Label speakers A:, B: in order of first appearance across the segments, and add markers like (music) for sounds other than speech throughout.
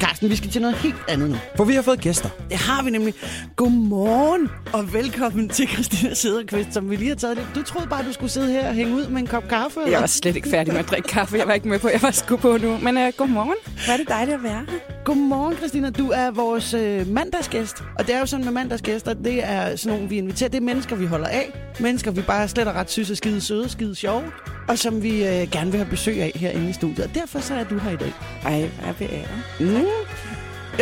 A: Carsten, vi skal til noget helt andet nu.
B: For vi har fået gæster.
A: Det har vi nemlig. Godmorgen og velkommen til Christina Sederqvist, som vi lige har taget lidt. Du troede bare, du skulle sidde her og hænge ud med en kop kaffe, eller?
C: (laughs) Jeg var slet ikke færdig med at drikke kaffe. Jeg var ikke med på, jeg var sgu på nu. Men øh, godmorgen. Hvor er det dejligt at være her.
A: Godmorgen, Christina. Du er vores øh, mandagsgæst. Og det er jo sådan med mandagsgæster, det er sådan nogle, vi inviterer. Det er mennesker, vi holder af. Mennesker, vi bare slet og ret synes er skide søde, skide sjove. Og som vi øh, gerne vil have besøg af herinde i studiet. Og derfor så er du her i dag.
C: Ej, hvor er beæret.
A: Mm.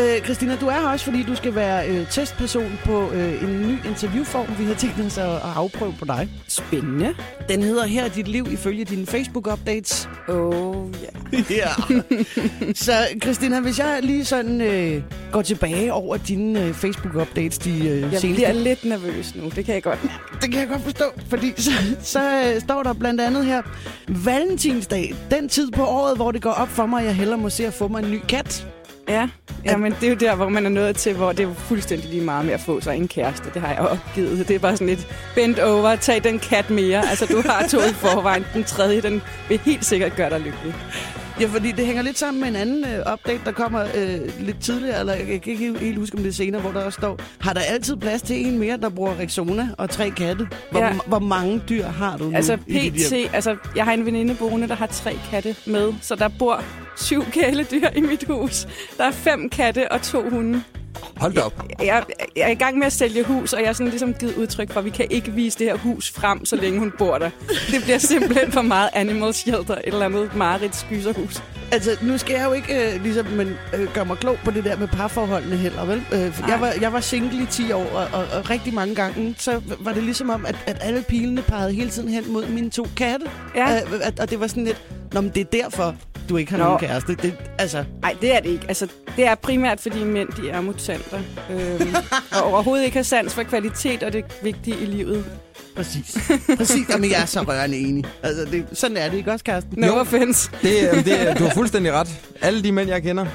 A: Øh, Christina, du er her også, fordi du skal være øh, testperson på øh, en ny interviewform, vi har tænkt os at, at afprøve på dig.
C: Spændende.
A: Den hedder Her er dit liv ifølge dine Facebook-updates.
C: Oh, ja. Yeah.
A: (laughs) Ja. (laughs) Så Christina, hvis jeg lige sådan øh, går tilbage over dine øh, Facebook-updates de øh,
C: Jeg
A: seneste...
C: bliver lidt nervøs nu. Det kan jeg godt mærke.
A: Det kan jeg godt forstå, fordi så, så øh, står der blandt andet her, Valentinsdag, den tid på året, hvor det går op for mig, at jeg hellere må se at få mig en ny kat.
C: Ja, ja, men det er jo der, hvor man er nået til, hvor det er jo fuldstændig lige meget med at få sig en kæreste. Det har jeg opgivet. Det er bare sådan lidt bent over, tag den kat mere. Altså, du har to i forvejen. Den tredje, den vil helt sikkert gøre dig lykkelig.
A: Ja, fordi det hænger lidt sammen med en anden øh, update, der kommer øh, lidt tidligere, eller jeg kan ikke helt- helt huske, om det er senere, hvor der også står, har der altid plads til en mere, der bruger Rexona og tre katte? Hvor, ja.
C: Ja.
A: hvor mange dyr har du nu?
C: Altså
A: i dit hjem?
C: PT, altså jeg har en veninde boende, der har tre katte med, så der bor syv (laughs) kæledyr i mit hus. Der er fem katte og to hunde.
B: Hold da op.
C: Jeg, jeg er i gang med at sælge hus, og jeg har sådan ligesom givet udtryk for, at vi kan ikke vise det her hus frem, så længe hun bor der. Det bliver simpelthen for meget animal shelter, et eller andet mareridt skyserhus.
A: Altså, nu skal jeg jo ikke øh, ligesom, men, øh, gøre mig klog på det der med parforholdene heller, vel? Øh, for
C: Nej.
A: jeg, var, jeg var single i 10 år, og, og, og rigtig mange gange, så var det ligesom om, at, at alle pilene pegede hele tiden hen mod mine to katte.
C: Ja.
A: Øh, at, og det var sådan lidt, Nå, men det er derfor, du ikke har Nå.
C: Nå.
A: nogen kæreste. Det, altså,
C: Nej, det er det ikke. Altså, det er primært, fordi mænd de er mutanter, øhm, og overhovedet ikke har sans for kvalitet og det vigtige i livet.
A: præcis. præcis. Jamen, jeg er så rørende enig. Altså, det, sådan er det, ikke også, Karsten?
C: No
B: Jo.
C: offense.
B: Det, øh, det, øh, du har fuldstændig ret. Alle de mænd, jeg kender.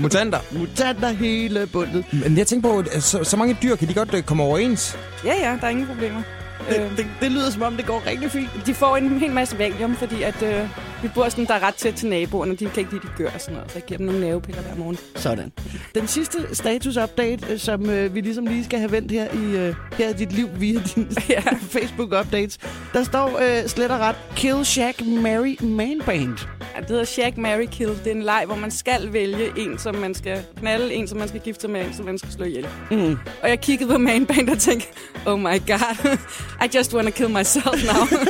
B: Mutanter.
A: Mutanter hele bundet.
B: Men jeg tænker på, at øh, så, så mange dyr, kan de godt øh, komme overens?
C: Ja, ja, der er ingen problemer. Øhm.
A: Det, det, det lyder, som om det går rigtig fint.
C: De får en hel masse valium, fordi at, øh, vi bor sådan, der er ret tæt til naboerne. De kan ikke lide, de gør og sådan noget. Så jeg giver dem nogle nervepiller hver morgen. (laughs)
A: Sådan. Den sidste status-update, øh, som øh, vi ligesom lige skal have vendt her i øh, her i dit liv via dine
C: Ja.
A: (laughs) Facebook-updates, der står øh, slet og ret, Kill Shack Mary Man Band.
C: Ja, Det hedder Shack, Mary, Kill. Det er en leg, hvor man skal vælge en, som man skal knalde, en, som man skal gifte sig med, en, som man skal slå ihjel.
A: Mm.
C: Og jeg kiggede på Manband og tænkte, oh my god, (laughs) I just wanna kill myself now.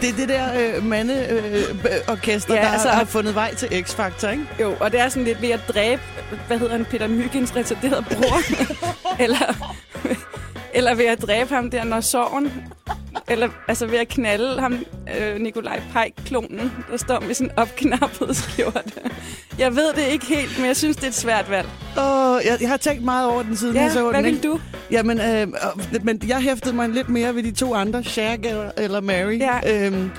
A: Det er det der øh, mandeorkester, øh, b- orkester,
C: Ja,
A: der altså,
C: altså-
A: har fundet vej til X-Factor, ikke?
C: jo, og det er sådan lidt ved at dræbe, hvad hedder han, Peter Myggens retarderede bror. eller, eller ved at dræbe ham der, når sorgen eller altså ved at knalde ham, øh, Nikolaj Pajk, klonen, der står med sin opknappede skjorte. Jeg ved det ikke helt, men jeg synes, det er et svært valg.
A: Og jeg, jeg har tænkt meget over den siden. jeg så
C: Ja, hvad
A: den,
C: vil
A: ikke?
C: du?
A: Jamen, øh, og- men jeg hæftede mig lidt mere ved de to andre, Shaq eller, eller Mary.
C: Ja.
A: Øhm,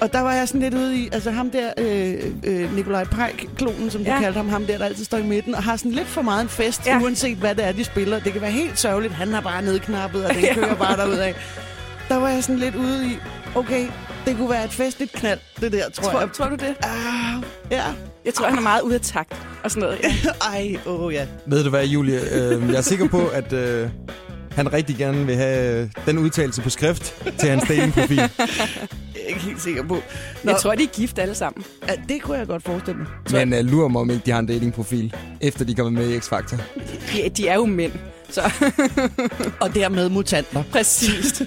A: og der var jeg sådan lidt ude i, altså ham der, øh, øh, Nikolaj Pajk, klonen, som du ja.
C: Ja.
A: kaldte ham, ham der, der altid står i midten, og har sådan lidt for meget en fest, ja.
C: Ja.
A: uanset hvad det er, de spiller. Det kan være helt sørgeligt, han har bare nedknappet, og den kører bare derudad. Der var jeg sådan lidt ude i, okay, det kunne være et festligt knald, det der, tror,
C: Tror,
A: jeg.
C: tror du det?
A: Ah, ja.
C: Jeg tror, han er meget ude af takt og sådan noget. Ja.
A: (laughs) Ej, åh oh, ja.
B: Ved du hvad, Julie? Øh, jeg er sikker på, at øh, han rigtig gerne vil have øh, den udtalelse på skrift til hans datingprofil.
A: Jeg er ikke helt sikker på. Nå,
C: Jeg tror, de er gift alle sammen.
A: ja, det kunne jeg godt forestille mig.
B: Men øh, lurer mig, om ikke de har en datingprofil, efter de kommer med i X-Factor.
C: De, de er jo mænd. Så (laughs)
A: Og dermed mutanter.
C: præcis.